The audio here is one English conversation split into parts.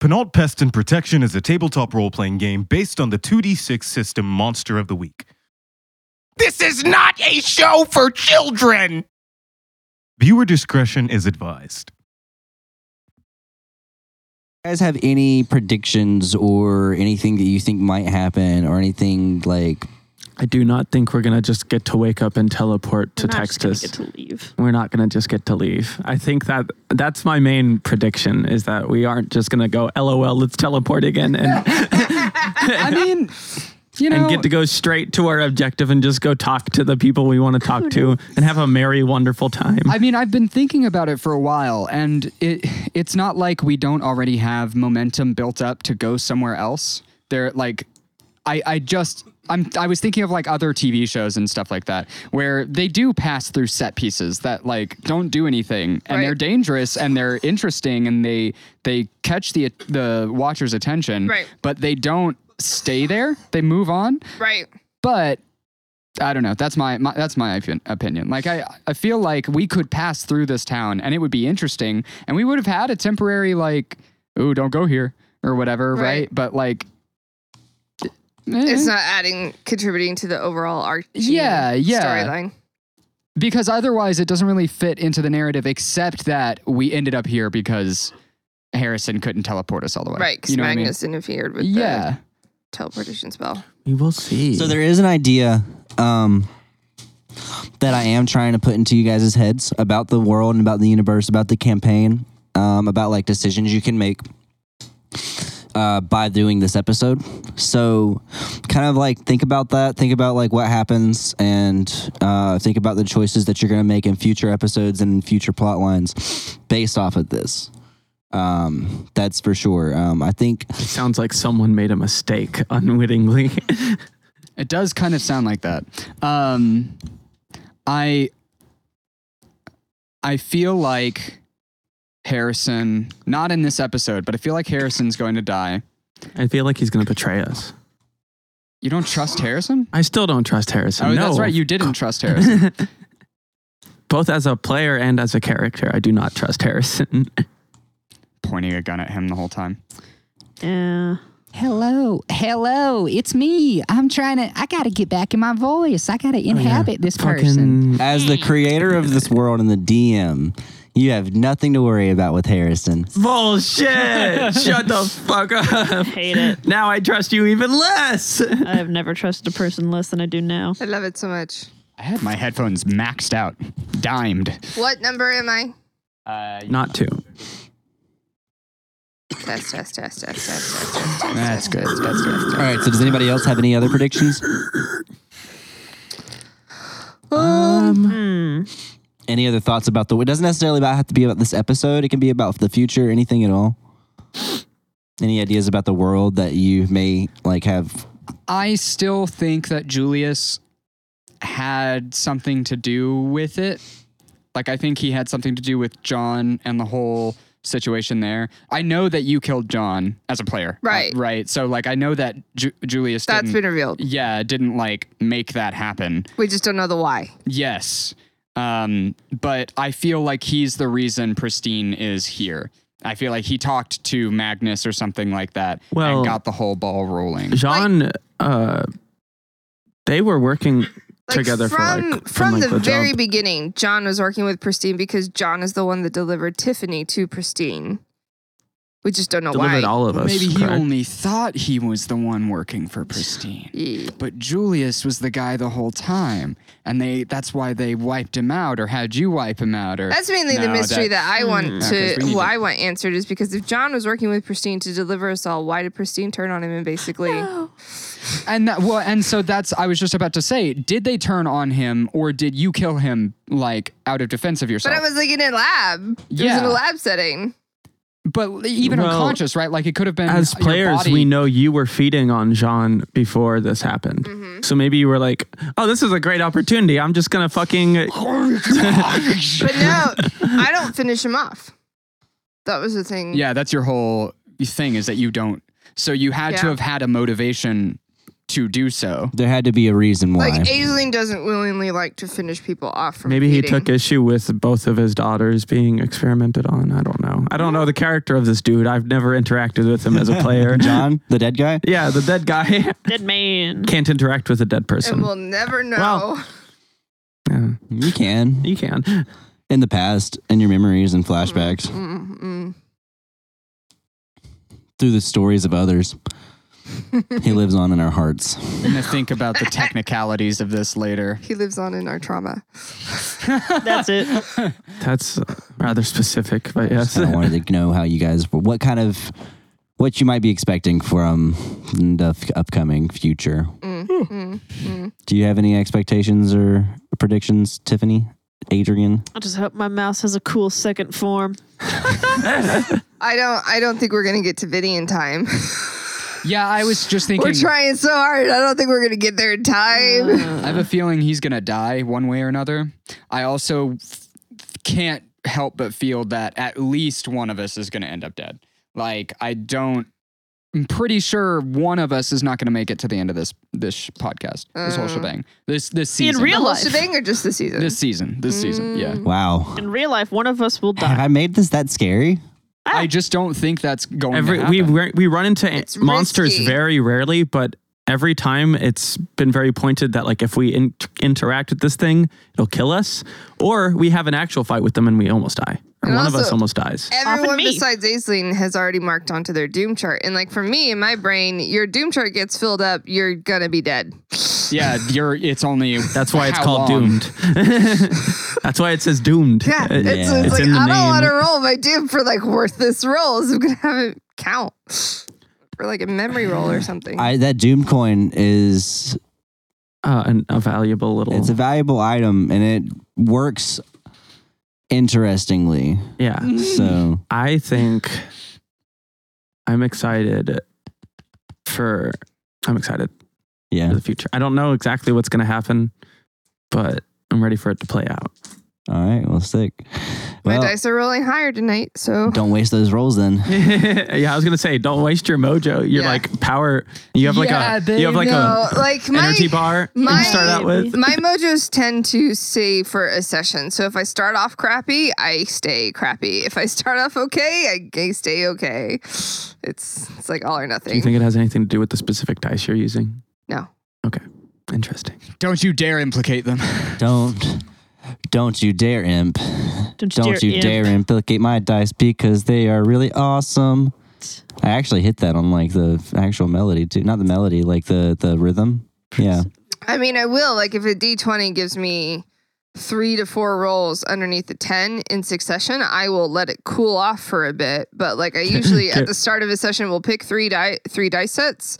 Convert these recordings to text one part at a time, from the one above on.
Connaught Pest and Protection is a tabletop role playing game based on the 2d6 system Monster of the Week. This is not a show for children! Viewer discretion is advised. guys have any predictions or anything that you think might happen or anything like I do not think we're gonna just get to wake up and teleport to We're not just gonna Texas. get to leave. we're not gonna just get to leave. I think that that's my main prediction is that we aren't just gonna go LOL. Let's teleport again and I mean, you know, and get to go straight to our objective and just go talk to the people we want to talk to and have a merry, wonderful time. I mean, I've been thinking about it for a while, and it it's not like we don't already have momentum built up to go somewhere else. There, like, I I just I'm I was thinking of like other TV shows and stuff like that where they do pass through set pieces that like don't do anything and Right. they're dangerous and they're interesting and they they catch the the watcher's attention, Right. but they don't stay there. They move on Right. Mm-hmm. but I don't know. That's my, my that's my opin- opinion. Like I I feel like we could pass through this town and it would be interesting and we would have had a temporary like ooh don't go here or whatever, right? Right. But like eh, It's not adding, contributing to the overall arc. Yeah, yeah. Storyline. because otherwise it doesn't really fit into the narrative except that we ended up here because Harrison couldn't teleport us all the way. Right, because You know what I mean? Magnus interfered with Yeah. the teleportation spell. we will see. so there is an idea um that I am trying to put into you guys' heads about the world and about the universe, about the campaign, um, about like decisions you can make uh, by doing this episode. So, kind of like think about that. Think about like what happens, and uh, think about the choices that you're going to make in future episodes and future plot lines based off of this. Um, that's for sure. Um, I think it sounds like someone made a mistake unwittingly. It does kind of sound like that. Um, I I feel like Harrison, not in this episode, but I feel like Harrison's going to die. I feel like he's gonna betray us. You don't trust Harrison? I still don't trust Harrison. Oh, no, that's right. You didn't trust Harrison. both as a player and as a character, I do not trust Harrison. Pointing a gun at him the whole time. Yeah. Hello, hello, it's me. I'm trying to. I gotta get back in my voice. I gotta inhabit this person. Fucking as the creator of this world and the DM, you have nothing to worry about with Harrison. bullshit! Shut the fuck up. Hate it. Now I trust you even less. I have never trusted a person less than I do now. I love it so much. I had my headphones maxed out, dimed. What number am I? Uh, Not to. Test, test, test, test, test, test, test. that's good. That's good. All right. So does anybody else have any other predictions? Um, Any other thoughts about the? It doesn't necessarily about have to be about this episode. It can be about the future, anything at all. Any ideas about the world that you may like have? I still think that Julius had something to do with it. Like, I think he had something to do with John and the whole situation there. I know that you killed John as a player. uh, Right. right. So, like, I know that Ju- Julius That's didn't, been revealed. yeah, didn't like make that happen. We just don't know the why. Yes. Um, but I feel like he's the reason Pristine is here. I feel like he talked to Magnus or something like that Well- and got the whole ball rolling. Jean, uh, they were working Like, together from for like from, like, the, very jump. beginning, John was working with Pristine because John is the one that delivered Tiffany to Pristine. We just don't know delivered why. all of us. Maybe he correct? only thought he was the one working for Pristine. Yeah. But Julius was the guy the whole time, and they—that's why they wiped him out, or had you wipe him out, or That's mainly the No, mystery that- that, I want Yeah, 'cause to, we need who to- I want answered is because if John was working with Pristine to deliver us all, why did Pristine turn on him and basically? and that well, and so that's—I was just about to say, did they turn on him, or did you kill him like out of defense of But yourself? I was like in a lab. It was in Yeah. a lab setting. But even Well, unconscious, right? Like it could have been As your players, body- we know you were feeding on Jean before this happened. Mm-hmm. So maybe you were like, oh, this is a great opportunity. I'm just going to fucking. Oh, But no, I don't finish him off. That was the thing. Yeah, that's your whole thing is that you don't. So you had to Yeah. have had a motivation to do so. There had to be a reason why. Like Aisling doesn't willingly like to finish people off from Maybe he feeding. took issue with both of his daughters being experimented on. I don't know. I don't know the character of this dude. I've never interacted with him as a player. John, the dead guy. Yeah, the dead guy Dead man. can't interact with a dead and person. we'll never know. Well- yeah, You can you can. in the past, in your memories and flashbacks, Mm-mm. through the stories of others. he lives on in our hearts. I'm gonna think about the technicalities of this later. He lives on in our trauma. That's it. That's rather specific, but yes. I wanted to know how you guys were, what kind of, what you might be expecting from the f- upcoming future. Mm, mm, mm. Do you have any expectations or predictions, Tiffany, Adrian? I just hope my mouse has a cool second form. I don't. I don't think we're gonna get to Vinny in time. Yeah, I was just thinking. we're trying so hard. I don't think we're gonna get there in time. I have a feeling he's gonna die one way or another. I also f- can't help but feel that at least one of us is gonna end up dead. Like I don't. I'm pretty sure one of us is not gonna make it to the end of this this sh- podcast. This whole shebang. This this In season. real Whole life. shebang or just the season? This season. This season. Mm. Yeah. Mm. Wow. In real life, one of us will Have die. I made this that scary? Ah. I just don't think that's going. Every to we happen. re- we run into It's monsters risky. very rarely, but every time it's been very pointed that like if we in- interact with this thing, it'll kill us, or we have an actual fight with them and we almost die, or And one of us also- almost dies. Everyone Often me. besides Aisling has already marked onto their doom chart, and like for me in my brain, your doom chart gets filled up, you're gonna be dead. Yeah, you're. It's only. That's why it's how called long? doomed. That's why it says doomed. Yeah, It- it's, it's It's like in the I'm all on name. a roll. My doom for like worthless rolls. I'm gonna have it count for like a memory roll or something. I that doom coin is Uh, an, a valuable little. it's a valuable item and it works interestingly. yeah. Mm. So I think I'm excited for I'm excited for yeah. the future. I don't know exactly what's going to happen, but I'm ready for it to play out. All right. Well, sick. my Well, dice are rolling higher tonight, so don't waste those rolls then. yeah, I was going to say don't waste your mojo. You're Yeah. like power. You have like Yeah, a you have like no, a like my energy bar my- you start out with. My mojos tend to stay for a session. So if I start off crappy, I stay crappy. If I start off okay, I, I stay okay. It's it's like all or Do you nothing. think it has anything to do with the specific dice you're using? no. Okay. Interesting. Don't you dare implicate them. Don't don't you dare imp. Don't you Don't dare you dare implicate my dice because they are really awesome. I actually hit that on like the actual melody too. Not the melody, like the the rhythm. Yeah. I mean, I will. Like if a D20 gives me three to four rolls underneath the 10 in succession, I will let it cool off for a bit. But like I usually at the start of a session will pick three die three dice sets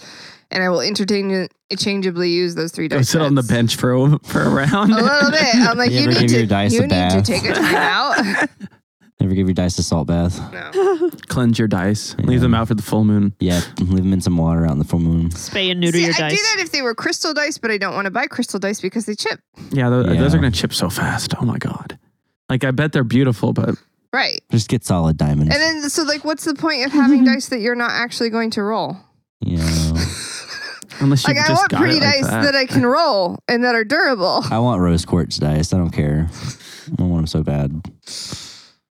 and I will interchange- interchangeably use those three Go dice sit sets. on the bench for a, for a round. a little bit. I'm like, You you, ever need give to, your dice a you need to bath? take a time out. Never give your dice a salt bath. no. Cleanse your dice. Leave them out for the full moon. Yeah, leave them in some water out in the full moon. Spay and neuter See, your I dice. do that if they were crystal dice, but I don't want to buy crystal dice because they chip. Yeah, tho- Yeah. those are going to chip so fast. Oh my god! Like I bet they're beautiful, but Right. Just get solid diamonds. And then, so like, what's the point of having dice that you're not actually going to roll? yeah. unless you Like, I just want got pretty it like dice that. I can roll and that are durable. I want rose quartz dice. I don't care. I don't want them so bad.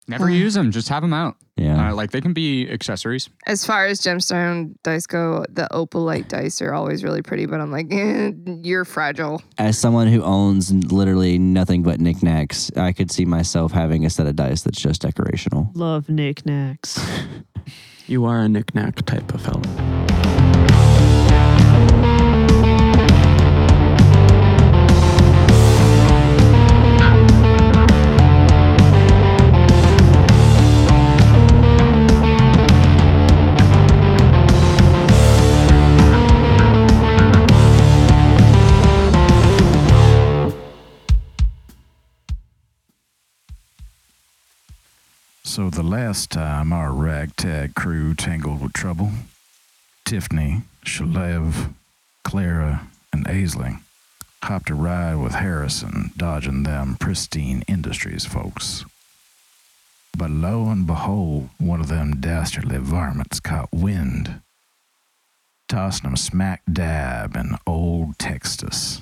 Never use them. Just have them out. Yeah. Uh, like they can be accessories. As far as gemstone dice go, the opalite dice are always really pretty, but I'm like, eh, you're fragile. As someone who owns literally nothing but knickknacks, I could see myself having a set of dice that's just decorational. Love knickknacks. you are a knickknack type of fella. So the last time our ragtag crew tangled with trouble, Tiffany, Shalev, Clara, and Aisling hopped a ride with Harrison, dodging them pristine industries folks. But lo and behold, one of them dastardly varmints caught wind. tossing them smack dab in old Texas.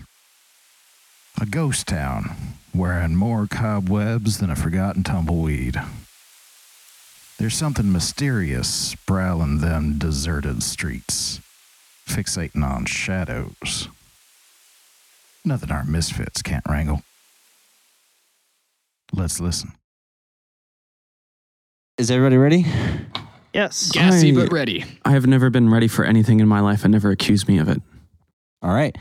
A ghost town, wearing more cobwebs than a forgotten tumbleweed. There's something mysterious prowling them deserted streets, fixating on shadows. Nothing our misfits can't wrangle. Let's listen. Is everybody ready? Yes. Gassy I- but ready. I have never been ready for anything in my life and never accused me of it. All right.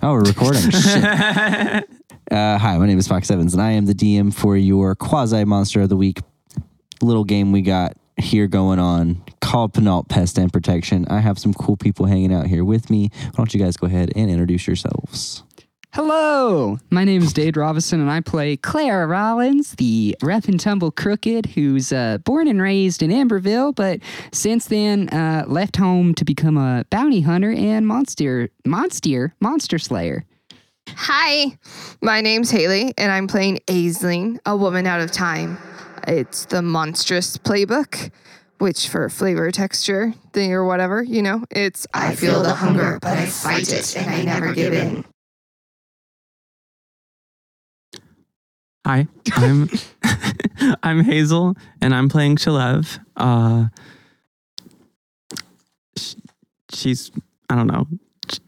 Oh, we're recording. Shit. Uh, hi, my name is Fox Evans, and I am the DM for your quasi monster of the week little game we got here going on called Penalt Pest and Protection. I have some cool people hanging out here with me. Why don't you guys go ahead and introduce yourselves? Hello, my name is Dade Robinson, and I play Clara Rollins, the rough and tumble crooked who's uh, born and raised in Amberville, but since then uh, left home to become a bounty hunter and monster, monster, monster slayer. Hi, my name's Haley, and I'm playing Aisling, a woman out of time. It's the monstrous playbook, which for flavor, texture, thing or whatever, you know, it's I feel the hunger, but I fight it and I never give in. Hi, I'm I'm Hazel, and I'm playing Shalev. Uh, sh- she's I don't know. Sh-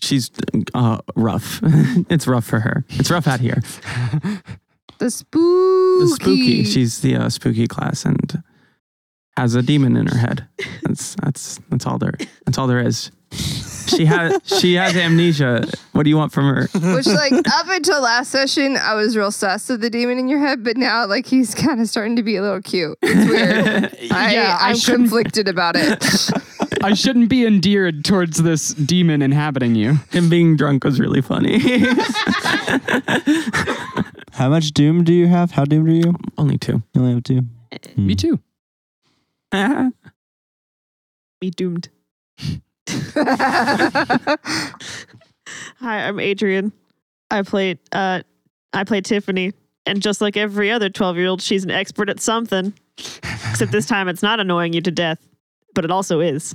She's uh, rough. it's rough for her. It's rough out here. The spooky. The spooky. She's the uh, spooky class and has a demon in her head. That's that's that's all there. That's all there is. She has she has amnesia. What do you want from her? Which, like, up until last session, I was real sus of the demon in your head, but now, like, he's kind of starting to be a little cute. It's weird. I, Yeah, I I'm shouldn't- conflicted about it. I shouldn't be endeared towards this demon inhabiting you. Him being drunk was really funny. How much doom do you have? How doomed are you? Only two. You only have two. Me too. Me doomed. Hi, I'm Adrian. I played uh I play Tiffany. And just like every other 12 year old, she's an expert at something. Except this time it's not annoying you to death, but it also is.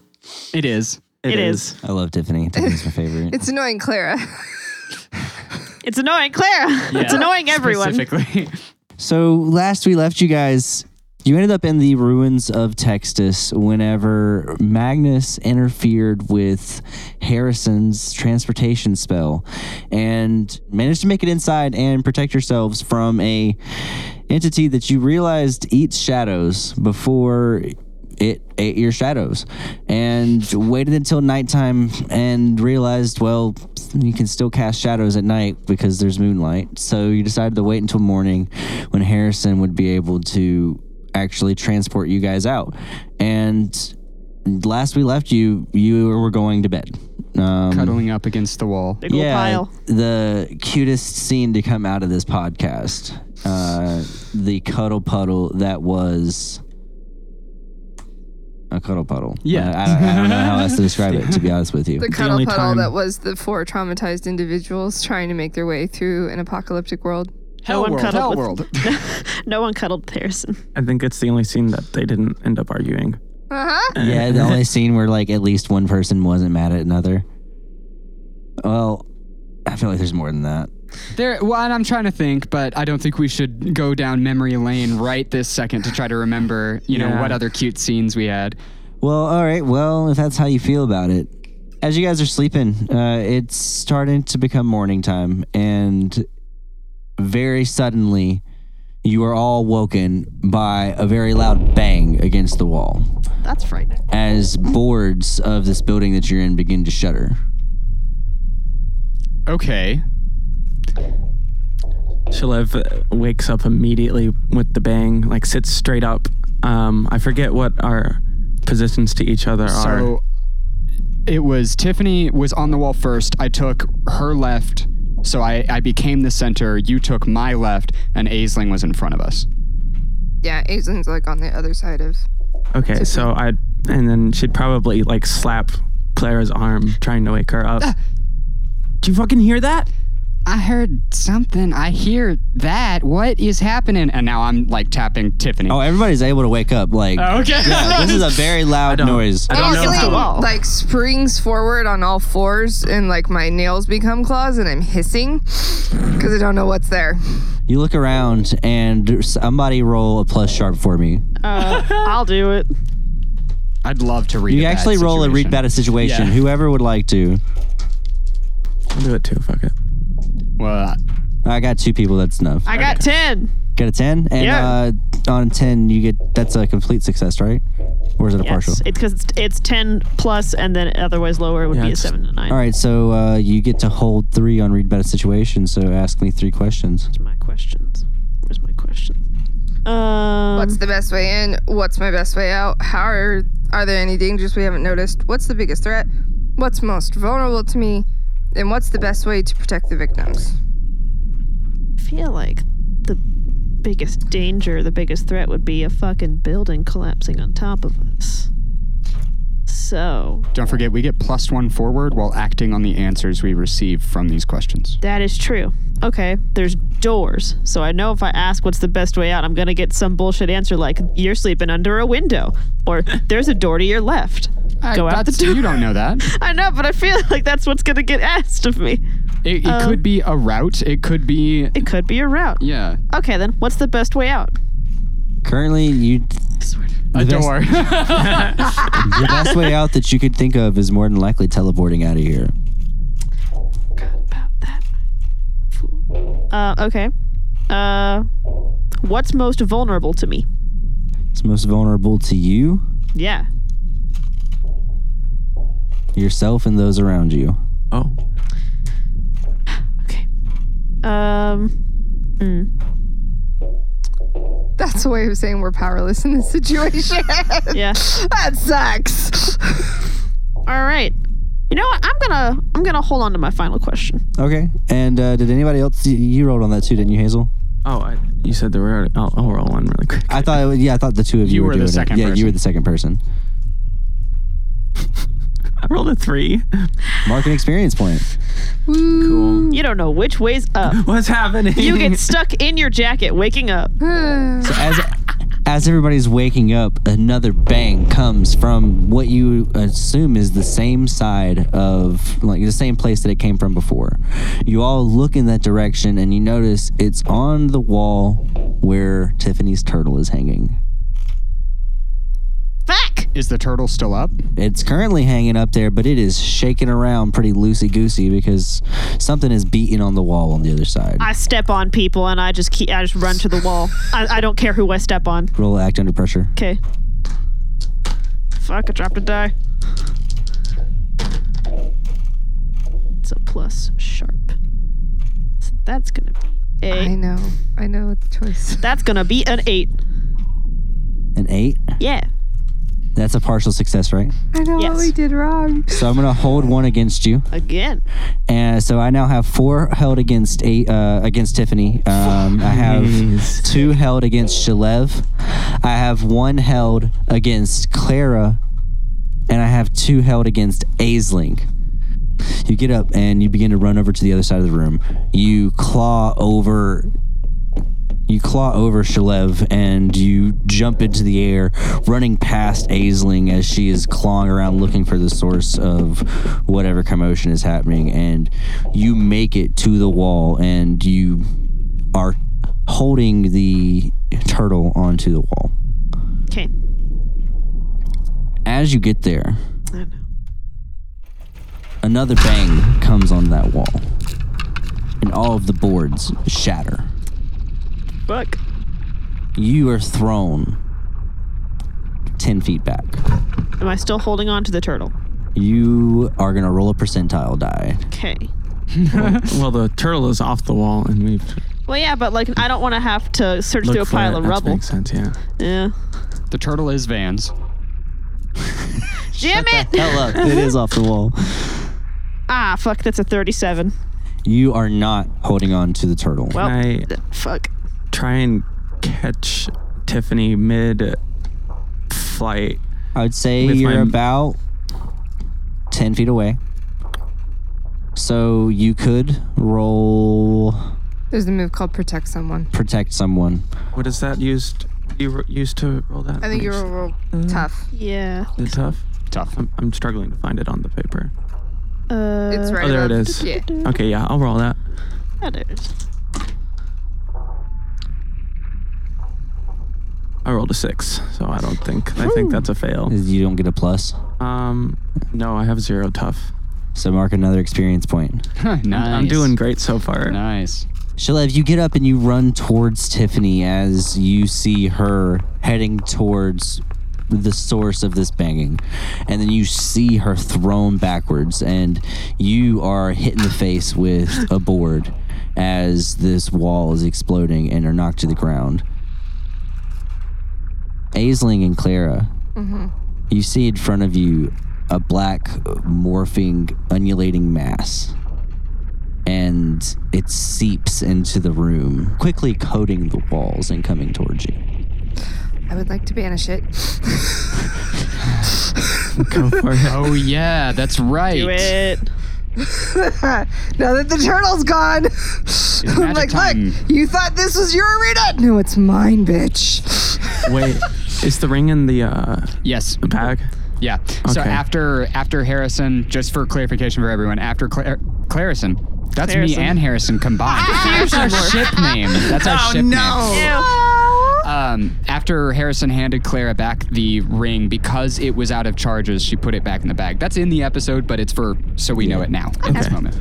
It is. It is. I love Tiffany. Tiffany's my favorite. it's annoying, Clara. It's annoying, Clara. it's annoying everyone. Specifically. So last we left you guys, you ended up in the ruins of Texas whenever Magnus interfered with Harrison's transportation spell and managed to make it inside and protect yourselves from a entity that you realized eats shadows before it ate your shadows and waited until nighttime and realized well you can still cast shadows at night because there's moonlight so you decided to wait until morning when harrison would be able to actually transport you guys out and last we left you you were going to bed um, Cuddling up against the wall. Big old pile. the cutest scene to come out of this podcast. Uh, the cuddle puddle that was a cuddle puddle. Yeah. I, I- I don't know how else to describe it. To be honest with you, The cuddle only puddle time- that was the four traumatized individuals trying to make their way through an apocalyptic world. No one world. cuddled Hell with- world. No one cuddled Harrison. I think it's the only scene that they didn't end up arguing. Uh huh. yeah, the only scene where like at least one person wasn't mad at another. Well, I feel like there's more than that. There, well, and I'm trying to think, but I don't think we should go down memory lane right this second to try to remember, you know, Yeah. what other cute scenes we had. Well, all right. Well, if that's how you feel about it, as you guys are sleeping, uh, it's starting to become morning time, and very suddenly, you are all woken by a very loud bang against the wall That's frightening. as boards of this building that you're in begin to shudder. Okay. Shalev uh, wakes up immediately with the bang, like sits straight up. Um, I forget what our positions to each other are. So it was Tiffany was on the wall first. I took her left, so I, I became the center. You took my left, and Aisling was in front of us. Yeah, Aisling's like on the other side of. Okay, so I and then she'd probably like Ah. slap Clara's arm, trying to wake her up. Do you fucking hear that? I heard something. I hear that. What is happening? And now I'm like tapping Tiffany. Oh, everybody's able to wake up. Like, Oh, okay. this is a very loud don't- noise. I don't know Aisling, how. like springs forward on all fours, and like my nails become claws, and I'm hissing because I don't know what's there. You look around and somebody roll a plus sharp for me. Uh, I'll do it. I'd love to read. You a bad actually roll a read situation. bad situation. Yeah. Whoever would like to. I'll do it too. Fuck it. Well, uh, I got two people. That's enough. I got 10. Got a ten, and Yeah. uh, on ten you get that's a complete success, right? Or is it a partial? Yes. It's because it's, it's 10 plus, and then otherwise lower would Yeah, be a it's- 7 and 9. All right, so uh, you get to hold three on read better situation. So ask me three questions. Where's my questions? Where's my questions? Um, What's the best way in? What's my best way out? How are are there any dangers we haven't noticed? What's the biggest threat? What's most vulnerable to me? And what's the best way to protect the victims? feel like the biggest danger, the biggest threat would be a fucking building collapsing on top of us. So don't forget we get plus one forward while acting on the answers we receive from these questions. that is true. Okay, there's doors. So I know if I ask what's the best way out, I'm going to get some bullshit answer like, you're sleeping under a window, or there's a door to your left. Go out the That's- door. You don't know that. I know, but I feel like that's what's going to get asked of me. It, it could be a route. It could be. It could be a route. Yeah. Okay, then, what's the best way out? Currently, you the I swear to- A door. best way out that you could think of is more than likely teleporting out of here. forgot about that. Fool. Uh, okay. Uh, what's most vulnerable to me? It's most vulnerable to you, Yeah. yourself, and those around you. Oh, Okay. Um. mm, That's a way of saying we're powerless in this situation. yeah. that sucks. All right. You know what? I'm gonna I'm gonna hold on to my final question. Okay. And uh, did anybody else? You, you rolled on that too, didn't you, Hazel? oh, I, you said there were. I'll, I'll roll one really quick. I thought. It was, yeah, I thought the two of you, You were, were the doing second it. Yeah, you person. were the second person. I rolled a three. Mm. Mark an experience point. Cool. You don't know which way's up. What's happening? You get stuck in your jacket, waking up. So as as everybody's waking up, another bang comes from what you assume is the same side of like the same place that it came from before. You all look in that direction and you notice it's on the wall where Tiffany's turtle is hanging. Fuck! Is the turtle still up? It's currently hanging up there, but it is shaking around pretty loosey goosey because something is beating on the wall on the other side. I step on people and I just keep I just run to the wall. I, I don't care who I step on. Roll act under pressure. Okay. Fuck, I dropped a die. It's a plus sharp. So that's gonna be I a know. I know what the choice. that's gonna be an eight. An eight. Yeah. That's a partial success, right? I know Yes. what we did wrong. So I'm gonna hold one against you. Again. And so I now have four held against eight uh, against Tiffany. Um, I have Jeez. two held against Shalev. I have one held against Clara, and I have two held against Aisling. You get up and you begin to run over to the other side of the room. You claw over. You claw over Shalev and you jump into the air, running past Aisling as she is clawing around looking for the source of whatever commotion is happening. And you make it to the wall and you are holding the turtle onto the wall. Okay. As you get there, I know. another bang comes on that wall, and all of the boards shatter. Fuck. You are thrown 10 feet back. Am I still holding on to the turtle? You are going to roll a percentile die. Okay. Well, the turtle is off the wall, and we've Well yeah, but like I don't wanna have to search looked through a for pile it. of That rubble. Makes sense. Yeah. Yeah. The turtle is Vans. Damn it! Hell up. it is off the wall. Ah fuck, that's a thirty seven. You are not holding on to the turtle. Well I- th- fuck. Try and catch Tiffany mid flight. I would say with you're my- about 10 feet away. So you could roll There's a move called protect someone. protect someone. What is that used? You ro- used to roll that? I think you're real Mm. tough. Yeah. Is it tough. Tough. I'm, I'm struggling to find it on the paper. Uh, It's right oh, there it above- is. Yeah. Okay, yeah, I'll roll that. I rolled a six, so I don't think I think that's a fail. You don't get a plus. Um, no, I have zero tough. So mark another experience point. nice. I'm doing great so far. Nice. Shalev, you get up and you run towards Tiffany as you see her heading towards the source of this banging. And then you see her thrown backwards, and you are hit in the face with a board as this wall is exploding and are knocked to the ground. Aisling and Clara, you see in front of you a black, morphing, undulating mass and it seeps into the room, quickly coating the walls and coming towards you. I would like to banish it. Go for it. Oh yeah, that's right. Do it. now that the turtle's gone, I'm magic like, time. look, you thought this was your arena? No, it's mine, bitch. Wait, is the ring in the uh, Yes. bag? Yeah. So Okay. after after Harrison, just for clarification for everyone, after Cla- er, Clarison, that's Clarison. me and Harrison combined. That's Oh, our ship name. That's our ship Oh. name. Um, after Harrison handed Clara back the ring because it was out of charges, she put it back in the bag. That's in the episode, but it's for so we know it now in this moment.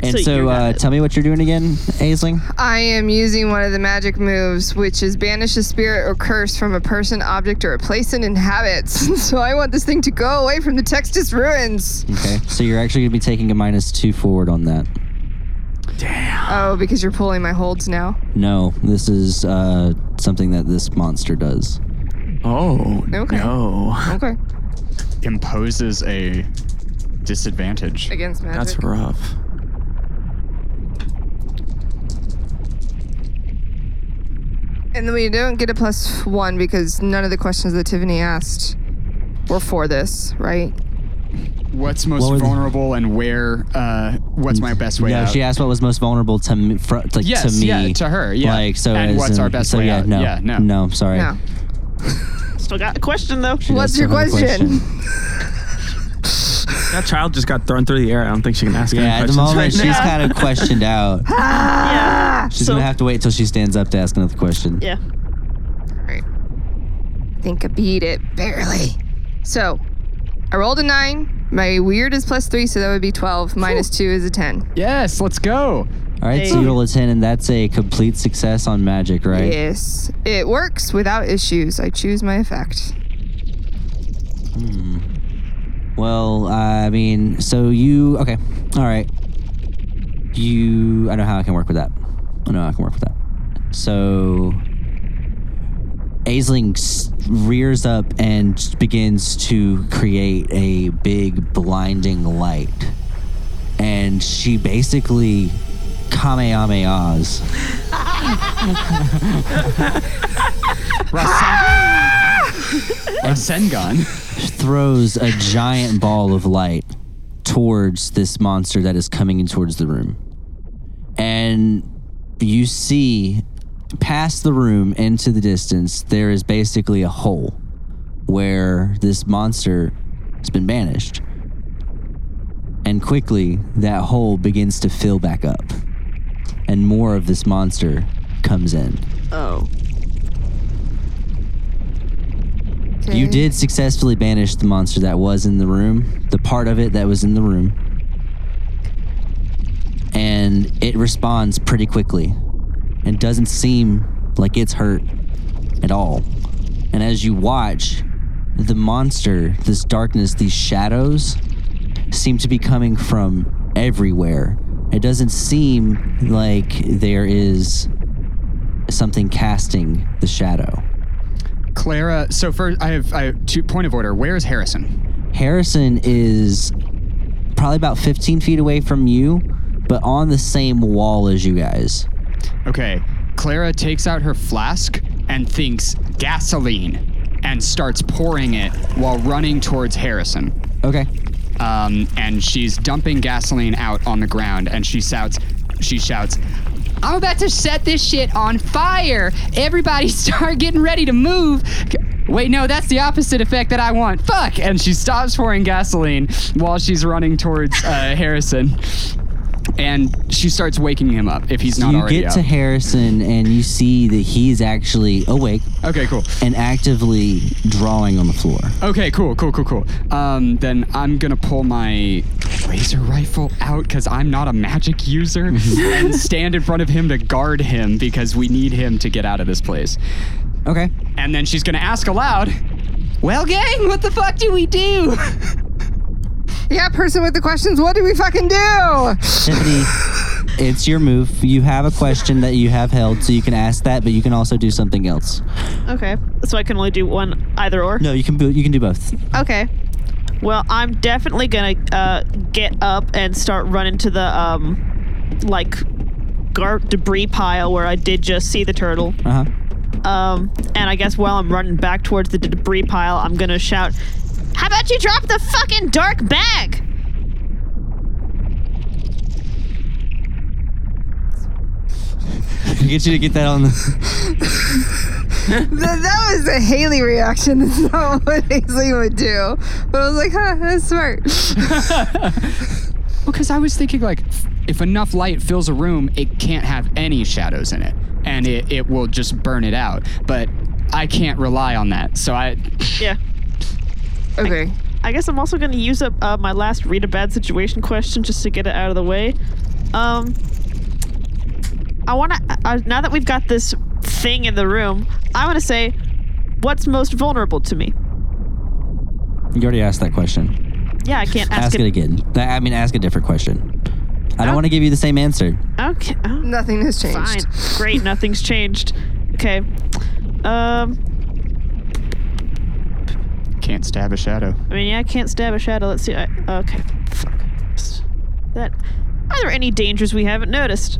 And So so, you got uh, it. tell me what you're doing again, Aisling. I am using one of the magic moves, which is banish a spirit or curse from a person, object, or a place it inhabits. so I want this thing to go away from the Textus ruins. Okay. So you're actually going to be taking a minus two forward on that. Oh, because you're pulling my holds now. No, this is uh, something that this monster does. Oh Okay. no, Okay. Imposes a disadvantage. Against magic. that's rough. And then we don't get a plus one because none of the questions that Tiffany asked were for this, right? What's most What was- vulnerable and where? Uh, what's my best way no, out? she asked what was most vulnerable to me. Fr- like Yes, to me. yeah, to her, yeah. Like so. And as what's in- our best so way yeah, out? No, Yeah, no. no. Sorry. No. Still got a question though. She What's does your still have a question? That child just got thrown through the air. I don't think she can ask any Yeah, at the questions moment right she's now. kind of questioned out. Yeah. She's so, gonna have to wait till she stands up to ask another question. yeah. Alright. I think I beat it barely. So I rolled a nine. My weird is plus three, so that would be twelve. Minus two is a ten. yes, let's go. All right, so Hey. you roll a ten, and that's a complete success on magic, right? Yes. It works without issues. I choose my effect. Well, I mean, so you okay? All right. You, I know how I can work with that. I know how I can work with that. So, Aisling s- rears up and begins to create a big blinding light, and she basically kamehamehas. A Sengon. throws a giant ball of light towards this monster that is coming in towards the room. And you see past the room into the distance, there is basically a hole where this monster has been banished. And quickly, that hole begins to fill back up. And more of this monster comes in. Oh. Okay. You did successfully banish the monster that was in the room, the part of it that was in the room. And it responds pretty quickly and doesn't seem like it's hurt at all. And as you watch, the monster, this darkness, these shadows seem to be coming from everywhere. It doesn't seem like there is something casting the shadow. Clara. So first, I have I have two point of order. Where is Harrison? Harrison is probably about 15 feet away from you, but on the same wall as you guys. Okay. Clara takes out her flask and thinks gasoline, and starts pouring it while running towards Harrison. Okay. um, and she's dumping gasoline out on the ground, and she shouts, she shouts, I'm about to set this shit on fire. Everybody start getting ready to move. Wait, no, that's the opposite effect that I want. Fuck! And she stops pouring gasoline while she's running towards uh, Harrison. And she starts waking him up if he's not you already get up. to Harrison and you see that he's actually awake okay, cool. and actively drawing on the floor. Okay, cool, cool, cool, cool. Um, then I'm gonna pull my laser rifle out because I'm not a magic user and stand in front of him to guard him because we need him to get out of this place. Okay. And then she's gonna ask aloud, Well, gang, what the fuck do we do? Yeah, person with the questions, what do we fucking do? Tiffany, it's your move. You have a question that you have held, so you can ask that, but you can also do something else. Okay. So I can only do one either or. No, you can bo- you can do both. Okay. Well, I'm definitely gonna uh, get up and start running to the um, like gar- debris pile where I did just see the turtle. Uh huh. Um, and I guess while I'm running back towards the d- debris pile, I'm gonna shout, "How about you drop the fucking dark bag?" Get you to get that on the. That, that was a Haley reaction. That's not what Haley would do. But I was like, huh, that's smart. because I was thinking like, if enough light fills a room, it can't have any shadows in it, and it, it will just burn it out. But I can't rely on that, so I Yeah. Okay. I guess I'm also gonna use up uh, my last read a bad situation question just to get it out of the way. Um, I want to uh, now that we've got this thing in the room, I want to say, what's most vulnerable to me? You already asked that question. Yeah, I can't ask, Ask, it, again. Th- I mean, ask a different question. I don't Oh. want to give you the same answer. Okay. oh. Nothing has changed. Fine. Great. Nothing's changed. Okay. Um. can't stab a shadow. I mean, yeah, I can't stab a shadow. Let's see. I, okay. Fuck. That. Are there any dangers we haven't noticed?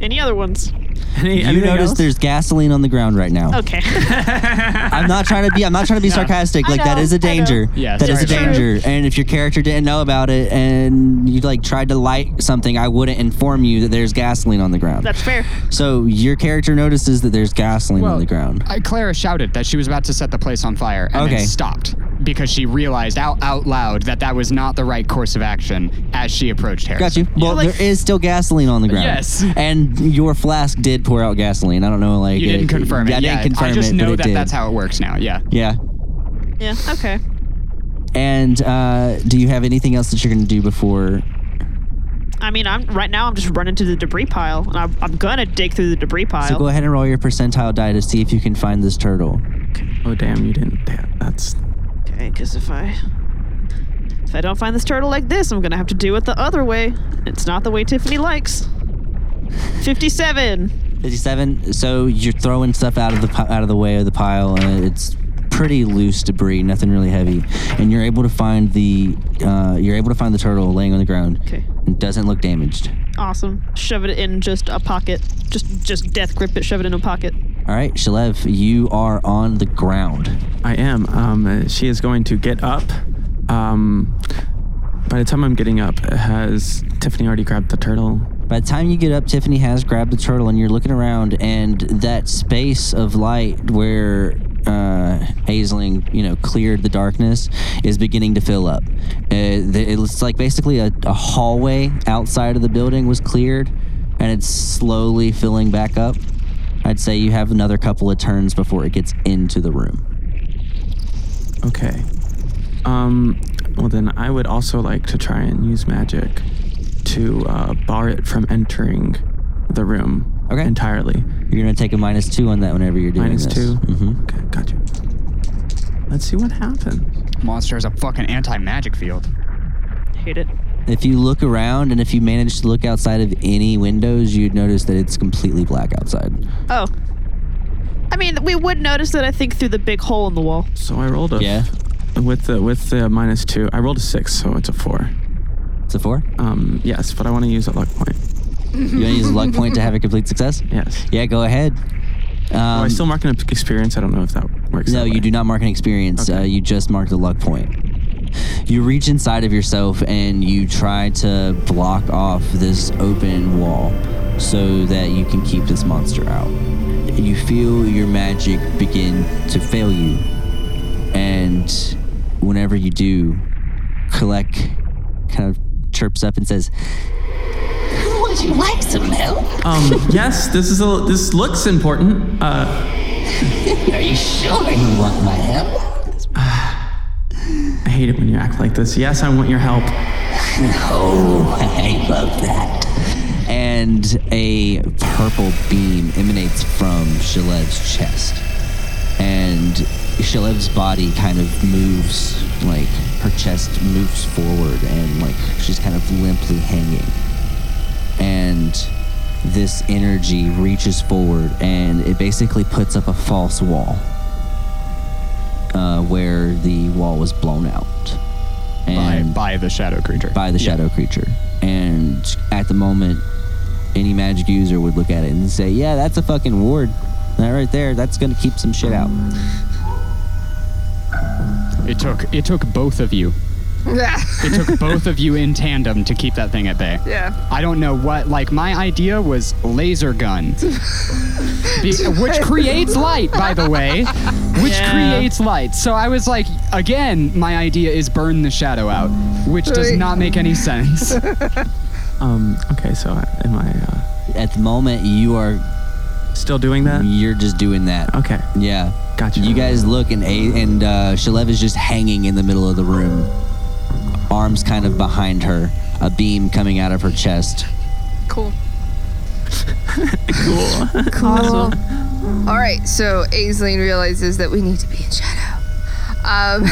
Any other ones? Any, you anything notice else? there's gasoline on the ground right now. Okay. I'm not trying to be. I'm not trying to be sarcastic. I Like that know, is a I know. danger. Yeah, that is a sorry. danger. And if your character didn't know about it and you like tried to light something, I wouldn't inform you that there's gasoline on the ground. That's fair. so your character notices that there's gasoline on the ground. I, Clara shouted that she was about to set the place on fire and Okay. then stopped because she realized out out loud that that was not the right course of action as she approached Harrison. Got you. Well, like- there is still gasoline on the ground. Yes. And your flask did pour out gasoline. I don't know, like You didn't confirm it. I yeah, didn't confirm I just it, know but it that did. that's how it works now. Yeah. Yeah. Yeah. Okay. And uh, do you have anything else that you're gonna do before? I mean, I'm right now. I'm just running to the debris pile, and I'm, I'm gonna dig through the debris So pile. go ahead and roll your percentile die to see if you can find this turtle. Oh damn! You didn't. Yeah, that's okay, because if I if I don't find this turtle like this, I'm gonna have to do it the other way. It's not the way Tiffany likes. Fifty-seven. 57 so you're throwing stuff out of the pi- out of the way of the pile and it's pretty loose debris nothing really heavy and you're able to find the uh, you're able to find the turtle laying on the ground Okay. it doesn't look damaged Awesome. Shove it in just a pocket. Just just death grip it. Shove it in a pocket. all right shalev you are on the ground I am. Um, uh, she is going to get up. Um, by the time I'm getting up, has Tiffany already grabbed the turtle? by the time you get up tiffany has grabbed the turtle and you're looking around and that space of light where uh, Hazeling, you know, cleared the darkness is beginning to fill up. Uh, th- it looks like basically a, a hallway outside of the building was cleared, and it's slowly filling back up. I'd say you have another couple of turns before it gets into the room. Okay. Um, well then, I would also like to try and use magic to uh, bar it from entering the room Okay. entirely. You're gonna take a minus two on that whenever you're doing Minus this. two. Mhm. Okay, gotcha. Let's see what happens. Monster is a fucking anti-magic field. Hate it. If you look around and if you manage to look outside of any windows, you'd notice that it's completely black outside. Oh. I mean, we would notice that I think through the big hole in the wall. So I rolled a Yeah. With the with the minus two, I rolled a six, so it's a four. It's a four. Um, yes, but I want to use a luck point. You want to use a luck point to have a complete success? Yes. Yeah, go ahead. Um, Am I still marking up experience? I don't know if that works. no, that way. you do not mark an experience. Okay. Uh, you just mark the luck point. You reach inside of yourself and you try to block off this open wall so that you can keep this monster out. You feel your magic begin to fail you. And whenever you do, Collect kind of chirps up and says, Would you like some help? Um, yes, this is a, this looks important. Uh, Are you sure you want my help? I hate it when you act like this. Yes, I want your help. Oh, No, I love that. and a purple beam emanates from Shalev's chest. And Shalev's body kind of moves, like her chest moves forward, and like she's kind of limply hanging. And this energy reaches forward, and it basically puts up a false wall uh, where the wall was blown out. by, And by the shadow creature. by the Yeah. shadow creature. And at the moment, any magic user would look at it and say, "Yeah, that's a fucking ward. That right there, that's gonna keep some shit out." It took it took both of you. Yeah. It took both of you in tandem to keep that thing at bay. Yeah. I don't know what like my idea was laser gun. Be- which creates light, by the way. Which Yeah. creates light. So I was like, again, my idea is burn the shadow out, which does Right. not make any sense. Um, okay, so I- am I uh, At the moment, you are still doing that? you're just doing that. Okay, Yeah. Gotcha. You guys look and a- and uh, Shalev is just hanging in the middle of the room, arms kind of behind her, a beam coming out of her chest. Cool. cool. Cool. All right. So Aisling realizes that we need to be in shadow. Um,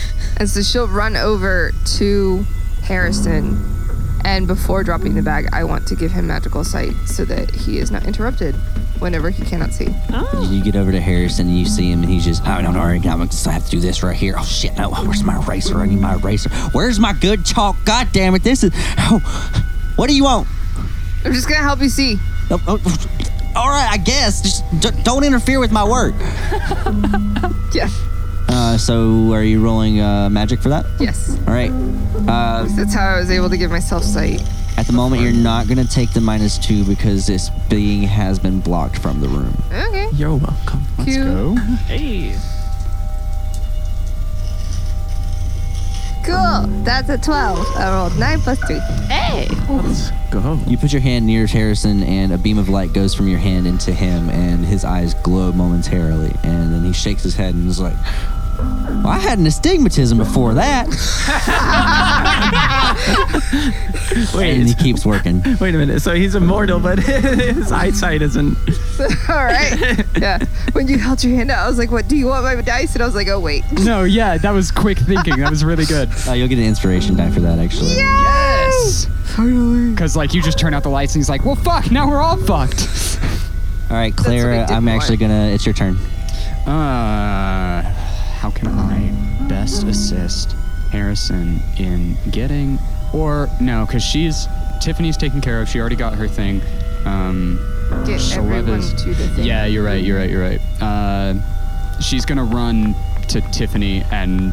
and so she'll run over to Harrison. And before dropping the bag, I want to give him magical sight so that he is not interrupted whenever he cannot see. You get over to Harrison and you see him, and he's just, "Oh, I don't know economics. I have to do this right here. Oh shit! No, where's my eraser? I need my eraser. Where's my good chalk? God damn it! This is. Oh, what do you want? I'm just gonna help you see. Oh, oh, all right, I guess. Just d- don't interfere with my work. Yeah. Uh, so, are you rolling uh, magic for that? Yes. All right. Uh, That's how I was able to give myself sight. at the moment, you're not gonna take the minus two because this being has been blocked from the room. Okay. You're welcome. Let's Go. Hey. Cool. That's a 12. I rolled 9 plus 3. Hey. Let's go. You put your hand near Harrison, and a beam of light goes from your hand into him, and his eyes glow momentarily. And then he shakes his head and is like, well, I had an astigmatism before that. and he Wait, keeps working. wait a minute. So he's immortal, but his eyesight isn't. All right. Yeah. When you held your hand out, I was like, what do you want my dice? And I was like, oh, wait. No, yeah, that was quick thinking. That was really good. Uh, you'll get an inspiration die for that, actually. Yes! Cause like you just turn out the lights and he's like, well fuck, now we're all fucked. All right, what I Clara, did I'm for actually it. going to. It's your turn. Uh, how can I best assist Harrison in getting, or no, because she's Tiffany's taken care of. She already got her thing. Um, Get Shalev everyone is- to the thing. yeah, you're right. You're right. You're right. Uh, she's gonna run to Tiffany and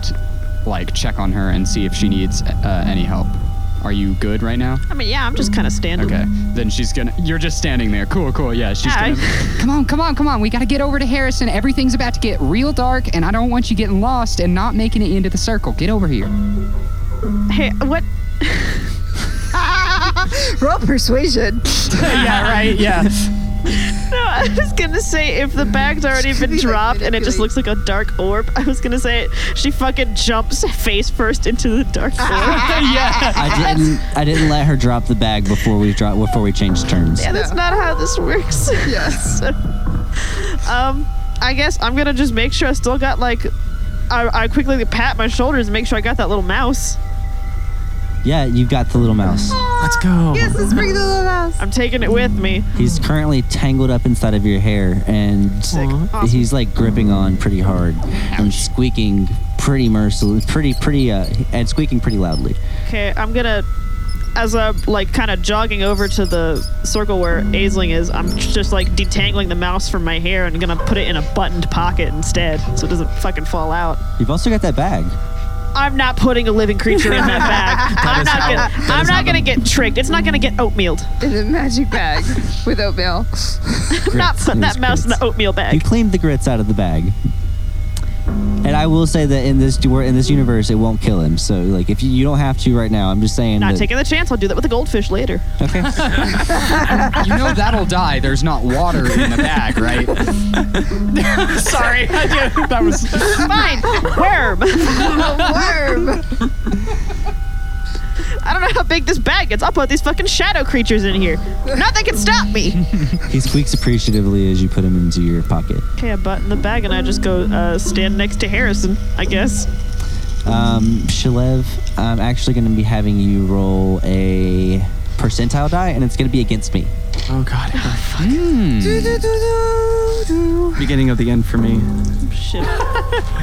like check on her and see if she needs uh, any help. Are you good right now? I mean, yeah, I'm just kind of standing. Okay. Then she's gonna. You're just standing there. Cool. Cool. Yeah. She's Yeah, gonna. I- Come on, come on, come on. We got to get over to Harrison. Everything's about to get real dark, and I don't want you getting lost and not making it into the circle. Get over here. hey, what? Roll persuasion. yeah. Right. Yeah. No, I was gonna say if the bag's already been She's like dropped and it just looks manipulating. like a dark orb, I was gonna say she fucking jumps face first into the dark Ah, orb. I didn't. I didn't let her drop the bag before we drop. Before we changed turns. yeah, that's not how this works. Yes. So, um, I guess I'm gonna just make sure I still got like. I, I quickly pat my shoulders and make sure I got that little mouse. Yeah, you've got the little mouse. Let's go. Yes, let's bring the little mouse. I'm taking it with me. He's currently tangled up inside of your hair, and he's like gripping on pretty hard and squeaking pretty merciless, pretty pretty, uh, and squeaking pretty loudly. Okay, I'm gonna, as I'm like kind of jogging over to the circle where Aisling is, I'm just like detangling the mouse from my hair and gonna put it in a buttoned pocket instead, so it doesn't fucking fall out. You've also got that bag. I'm not putting a living creature in that bag. I'm is not how- gonna. that I'm is how not the- gonna get tricked. It's not gonna get oatmealed. in the magic bag with oatmeal. I'm not putting that mouse in the oatmeal You bag. cleaned the grits out of the bag. And I will say that in this in this universe, it won't kill him. So like, if you, you don't have to right now, I'm just saying. Not that- taking the chance. I'll do that with a goldfish later. Okay. You know that'll die. There's not water in the bag, right? Sorry, I do. That was fine. Worm. Worm. I don't know how big this bag gets. I'll put these fucking shadow creatures in here. Nothing can stop me. he squeaks appreciatively as you put him into your pocket. Okay, I button the bag and I just go uh, stand next to Harrison. I guess. Um, Shalev, I'm actually going to be having you roll a percentile die, and it's going to be against me. Oh god. Hmm. Beginning of the end for me. Shit.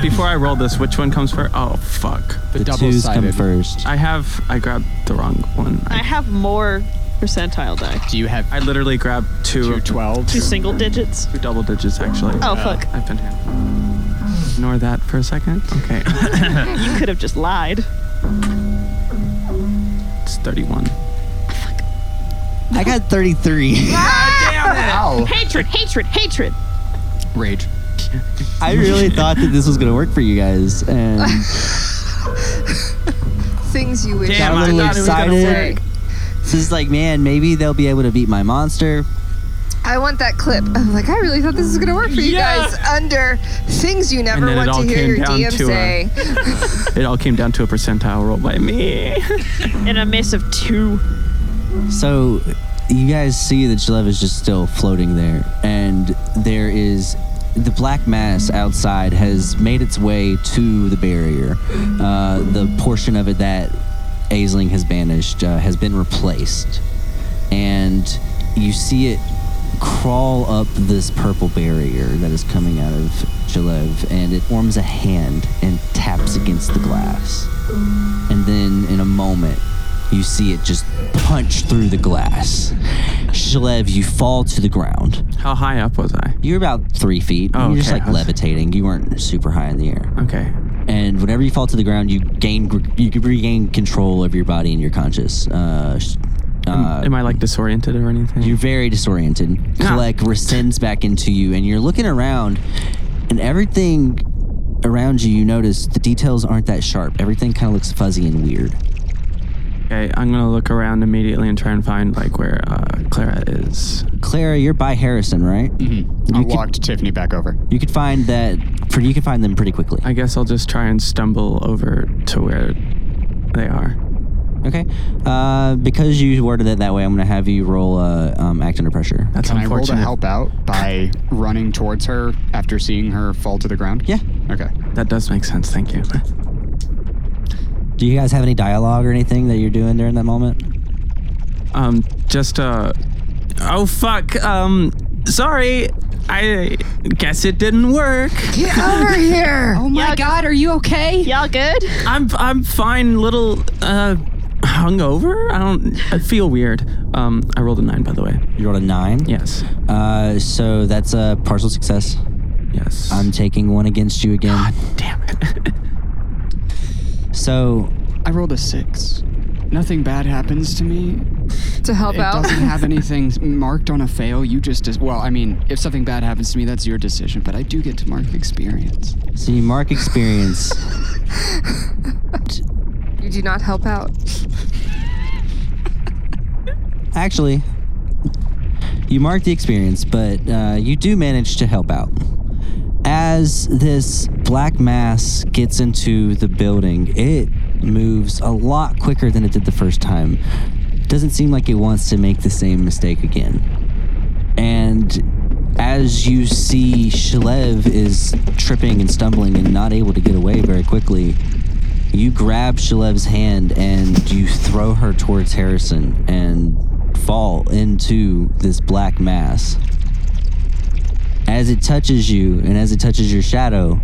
Before I roll this, which one comes first? Oh fuck. The, The twos come first. I have I grabbed the wrong one. I I, have more percentile die. Do you have I literally grabbed two, two twelves? Two single digits. two double digits actually. Oh fuck! I've been here. Ignore that for a second. Okay. You could have just lied. it's 31. I got 33. Ow! Hatred, hatred, hatred. Rage. I really thought that this was going to work for you guys, and Things you got wish. Damn, a I little thought it was gonna excited. This is like, man, maybe they'll be able to beat my monster. I want that clip. I'm like, I really thought this was gonna work for you Yeah. guys. Under things you never then it want all to came hear your down DM to a- say. It all came down to a percentile roll by me. In a miss of two. So you guys see that Shalev is just still floating there, and there is the black mass outside has made its way to the barrier. Uh, the portion of it that Aisling has banished uh, has been replaced, and you see it crawl up this purple barrier that is coming out of Shalev, and it forms a hand and taps against the glass and then in a moment you see it just punch through the glass. Shalev, you fall to the ground. How high up was I? You're about three feet. Oh, You're just okay. like levitating. You weren't super high in the air. Okay. And whenever you fall to the ground, you gain gr- you can regain control of your body and your conscious. Uh, sh- uh, Am I like disoriented or anything? you're very disoriented. Ah. Kalek rescinds back into you, and you're looking around, and everything around you, you notice the details aren't that sharp. Everything kind of looks fuzzy and weird. okay, I'm gonna look around immediately and try and find like where uh, Clara is. Clara, you're by Harrison, right? I walked Tiffany back over. You could find that. For you can find them pretty quickly. I guess I'll just try and stumble over to where they are. Okay. Uh, because you worded it that way, I'm gonna have you roll uh, um, act under pressure. That's Can I roll unfortunate. to help out by running towards her after seeing her fall to the ground? Yeah. Okay. That does make sense. Thank you. Do you guys have any dialogue or anything that you're doing during that moment? Um, just uh, oh fuck. Um, sorry. I guess it didn't work. Get over here. Oh my Yeah. God, are you okay? Y'all good? I'm I'm fine. Little uh, hungover. I don't. I feel weird. Um, I rolled a nine, by the way. You rolled a nine. Yes. Uh, so that's a partial success. Yes. I'm taking one against you again. Damn it. So I rolled a six. Nothing bad happens to me. to help It out. doesn't have anything marked on a fail. You just, dis- well, I mean, if something bad happens to me, that's your decision, but I do get to mark experience. so you mark experience. You do not help out. Actually, you mark the experience, but uh, you do manage to help out. As this black mass gets into the building, it moves a lot quicker than it did the first time. Doesn't seem like it wants to make the same mistake again. And as you see, Shalev is tripping and stumbling and not able to get away very quickly. You grab Shalev's hand and you throw her towards Harrison and fall into this black mass. As it touches you and as it touches your shadow,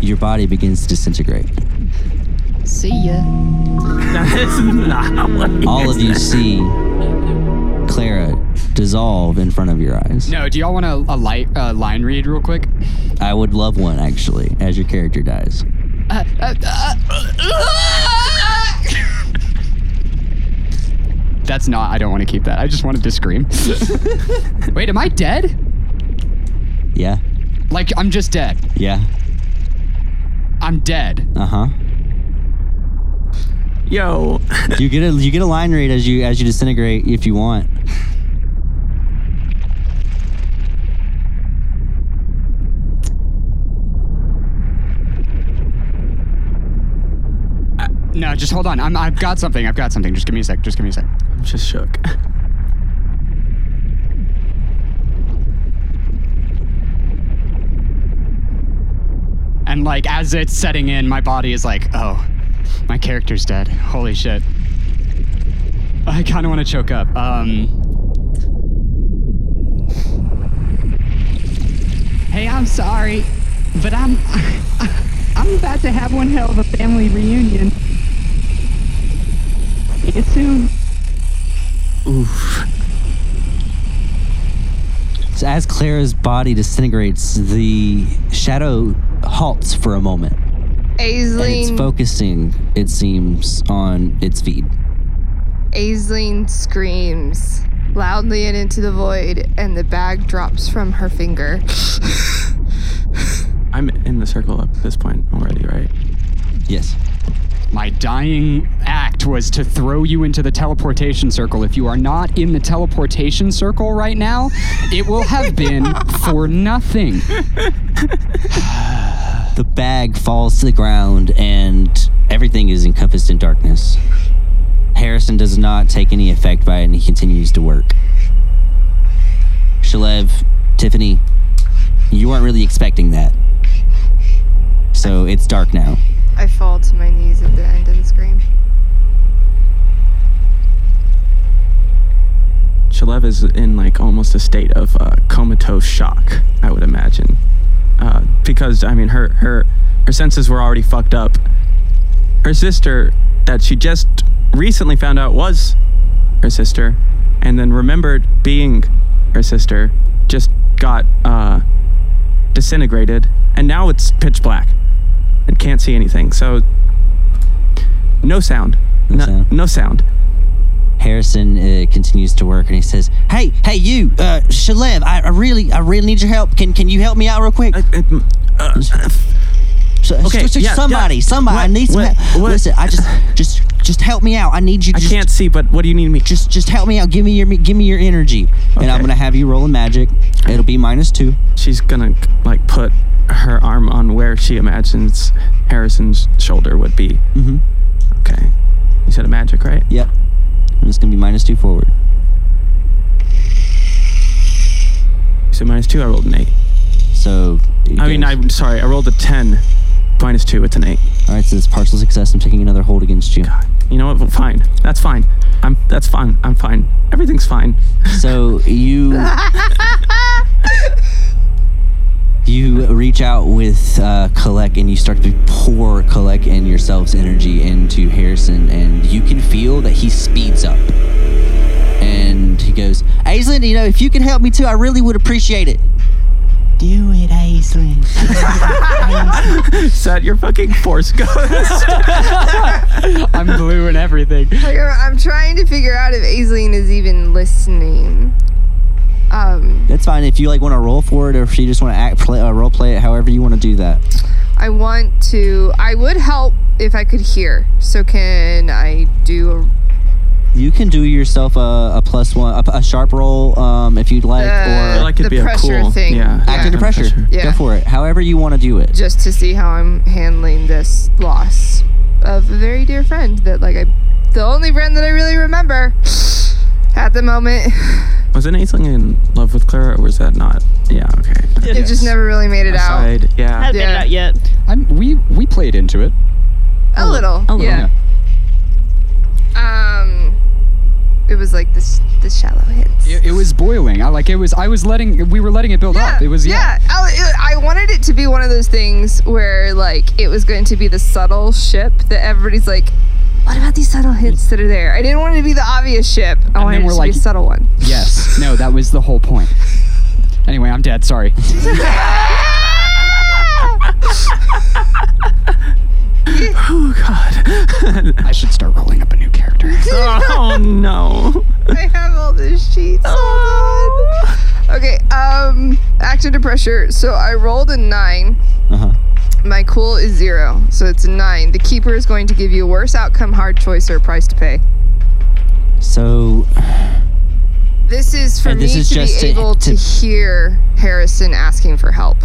your body begins to disintegrate. See ya. that is not what it All is. of you see Clara dissolve in front of your eyes. No, do y'all want a, a light, uh, line read real quick? I would love one actually as your character dies. That's not. I don't want to keep that. I just wanted to scream. Wait, am I dead? Yeah. Like I'm just dead. Yeah. I'm dead. Uh huh. Yo, You get a you get a line read as you as you disintegrate if you want. No, just hold on. I'm, I've got something. I've got something. Just give me a sec. Just give me a sec. I'm just shook. And like as it's setting in, my body is like, oh, my character's dead. Holy shit. I kind of want to choke up. Um. Hey, I'm sorry, but I'm I'm about to have one hell of a family reunion. It's soon. So as Clara's body disintegrates, the shadow halts for a moment. And it's Aisling, focusing, it seems, on its feet. Aisling screams loudly and into the void, and the bag drops from her finger. I'm in the circle at this point already, right? Yes. My dying act was to throw you into the teleportation circle. If you are not in the teleportation circle right now, it will have been for nothing. The bag falls to the ground and everything is encompassed in darkness. Harrison does not take any effect by it and he continues to work. Shalev, Tiffany, you weren't really expecting that. So it's dark now. I fall to my knees at the end of the scream. Shalev is in like almost a state of uh, comatose shock, I would imagine, uh, because I mean her her her senses were already fucked up. Her sister that she just recently found out was her sister, and then remembered being her sister, just got uh, disintegrated, and now it's pitch black and can't see anything. So no sound, No no sound. no sound. Harrison uh, continues to work and he says, Hey, hey, you, uh, Shalev, I, I really, I really need your help. Can, can you help me out real quick? Uh, uh, S- okay, s- s- yeah, somebody, yeah. somebody, I What- need some what- help. what- Listen, I just, just, just help me out. I need you. I Just, can't see, but what do you need me? Just, just help me out. Give me your, give me your energy, and I'm Okay. gonna have you rolling magic. It'll be minus two. she's gonna like put her arm on where she imagines Harrison's shoulder would be. Mm-hmm. Okay. You said a magic, right? Yep, and it's gonna be minus two forward. You said minus two. I rolled an eight. So, it I mean, goes- I'm sorry. I rolled a ten. Minus two. It's an eight. all right, so it's partial success. I'm taking another hold against you. You know what? Fine. That's fine. I'm. That's fine. I'm fine. Everything's fine. So you you reach out with uh, Collect and you start to pour Collect and yourselves energy into Harrison, and you can feel that he speeds up. And he goes, Aislinn, you know, if you could help me too, I really would appreciate it. Do it, Aislinn. Set your fucking force ghost. Uh, I'm blue and everything. Like, I'm I'm trying to figure out if Aisling is even listening. Um, That's fine if you like want to roll for it, or if you just want to act play, uh, role play it, however you want to do that. I want to. I would help if I could hear. So can I do a You can do yourself a, a plus one, a, a sharp roll um, if you'd like, I feel Uh, or like it'd The be a pressure cool. thing. Yeah. Act act under pressure. Go Yeah. for it, however you want to do it. just to see how I'm handling this loss of a very dear friend that like I the only friend that I really remember at the moment. Was an eight in love with Clara, or was that not? Yeah. Okay. It just never really made it out. Aside, I Yeah. haven't Yeah. been out yet. I'm, we we played into it. Oh, A little. little, yeah. Um it was like this the shallow hints. It, it was boiling. I like it was. I was letting. We were letting it build up. It was yeah. I, it- I wanted it to be one of those things where like it was going to be the subtle ship that everybody's like, what about these subtle hints that are there? I didn't want it to be the obvious ship. I wanted it we're to like- be a subtle one. Yes. No, that was the whole point. Anyway, I'm dead. Sorry. oh, Oh, back to the um, pressure. So I rolled a 9 Uh-huh. My cool is zero, so it's a nine. The keeper is going to give you a worse outcome, hard choice, or price to pay. So This is for And this me is to just to- be able to- to, hear Harrison asking for help.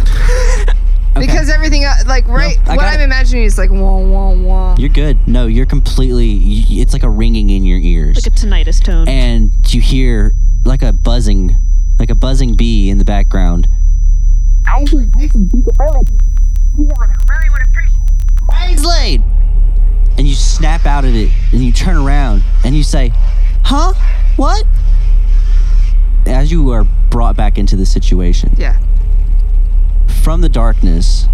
Because everything, el- like, right, I what got I'm it. imagining is like, wah, wah, wah. you're good. No, you're completely. y- It's like a ringing in your ears, Like a tinnitus tone. and you hear like a buzzing, like a buzzing bee in the background. Ainsley, and you snap out of it, and you turn around, and you say, "Huh? What?" As you are brought back into the situation, Yeah. from the darkness,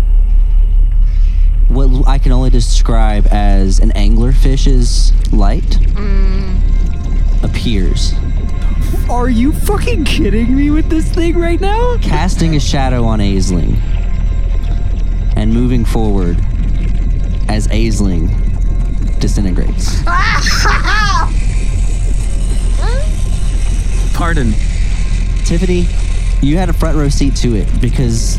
what l- I can only describe as an anglerfish's light appears, Are you fucking kidding me with this thing right now? casting a shadow on Aisling and moving forward as Aisling disintegrates. Pardon. Tiffany, you had a front row seat to it because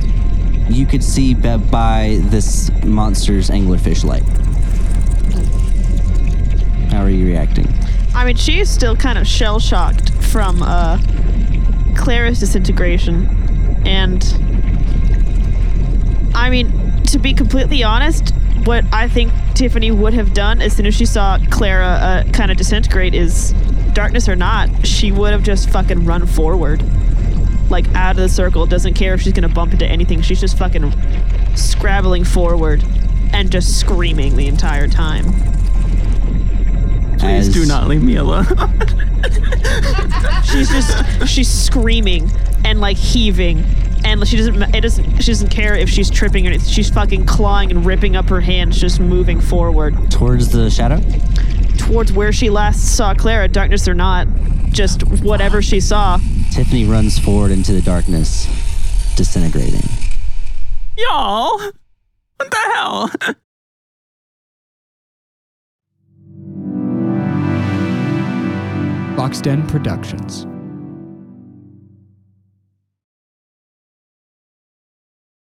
you could see be- by this monster's anglerfish light. How are you reacting? I mean, she is still kind of shell shocked from uh, Clara's disintegration. And I mean, to be completely honest, what I think Tiffany would have done as soon as she saw Clara uh, kind of disintegrate is darkness or not, she would have just fucking run forward. Like out of the circle, doesn't care if she's gonna bump into anything. She's just fucking scrabbling forward and just screaming the entire time. Please As- do not leave me alone. She's just she's screaming and like heaving, and she doesn't it doesn't she doesn't care if she's tripping or anything. She's fucking clawing and ripping up her hands, just moving forward towards the shadow. towards where she last saw Clara, darkness or not, just whatever she saw. Tiffany runs forward into the darkness, disintegrating. Y'all, what the hell? Boxden Productions.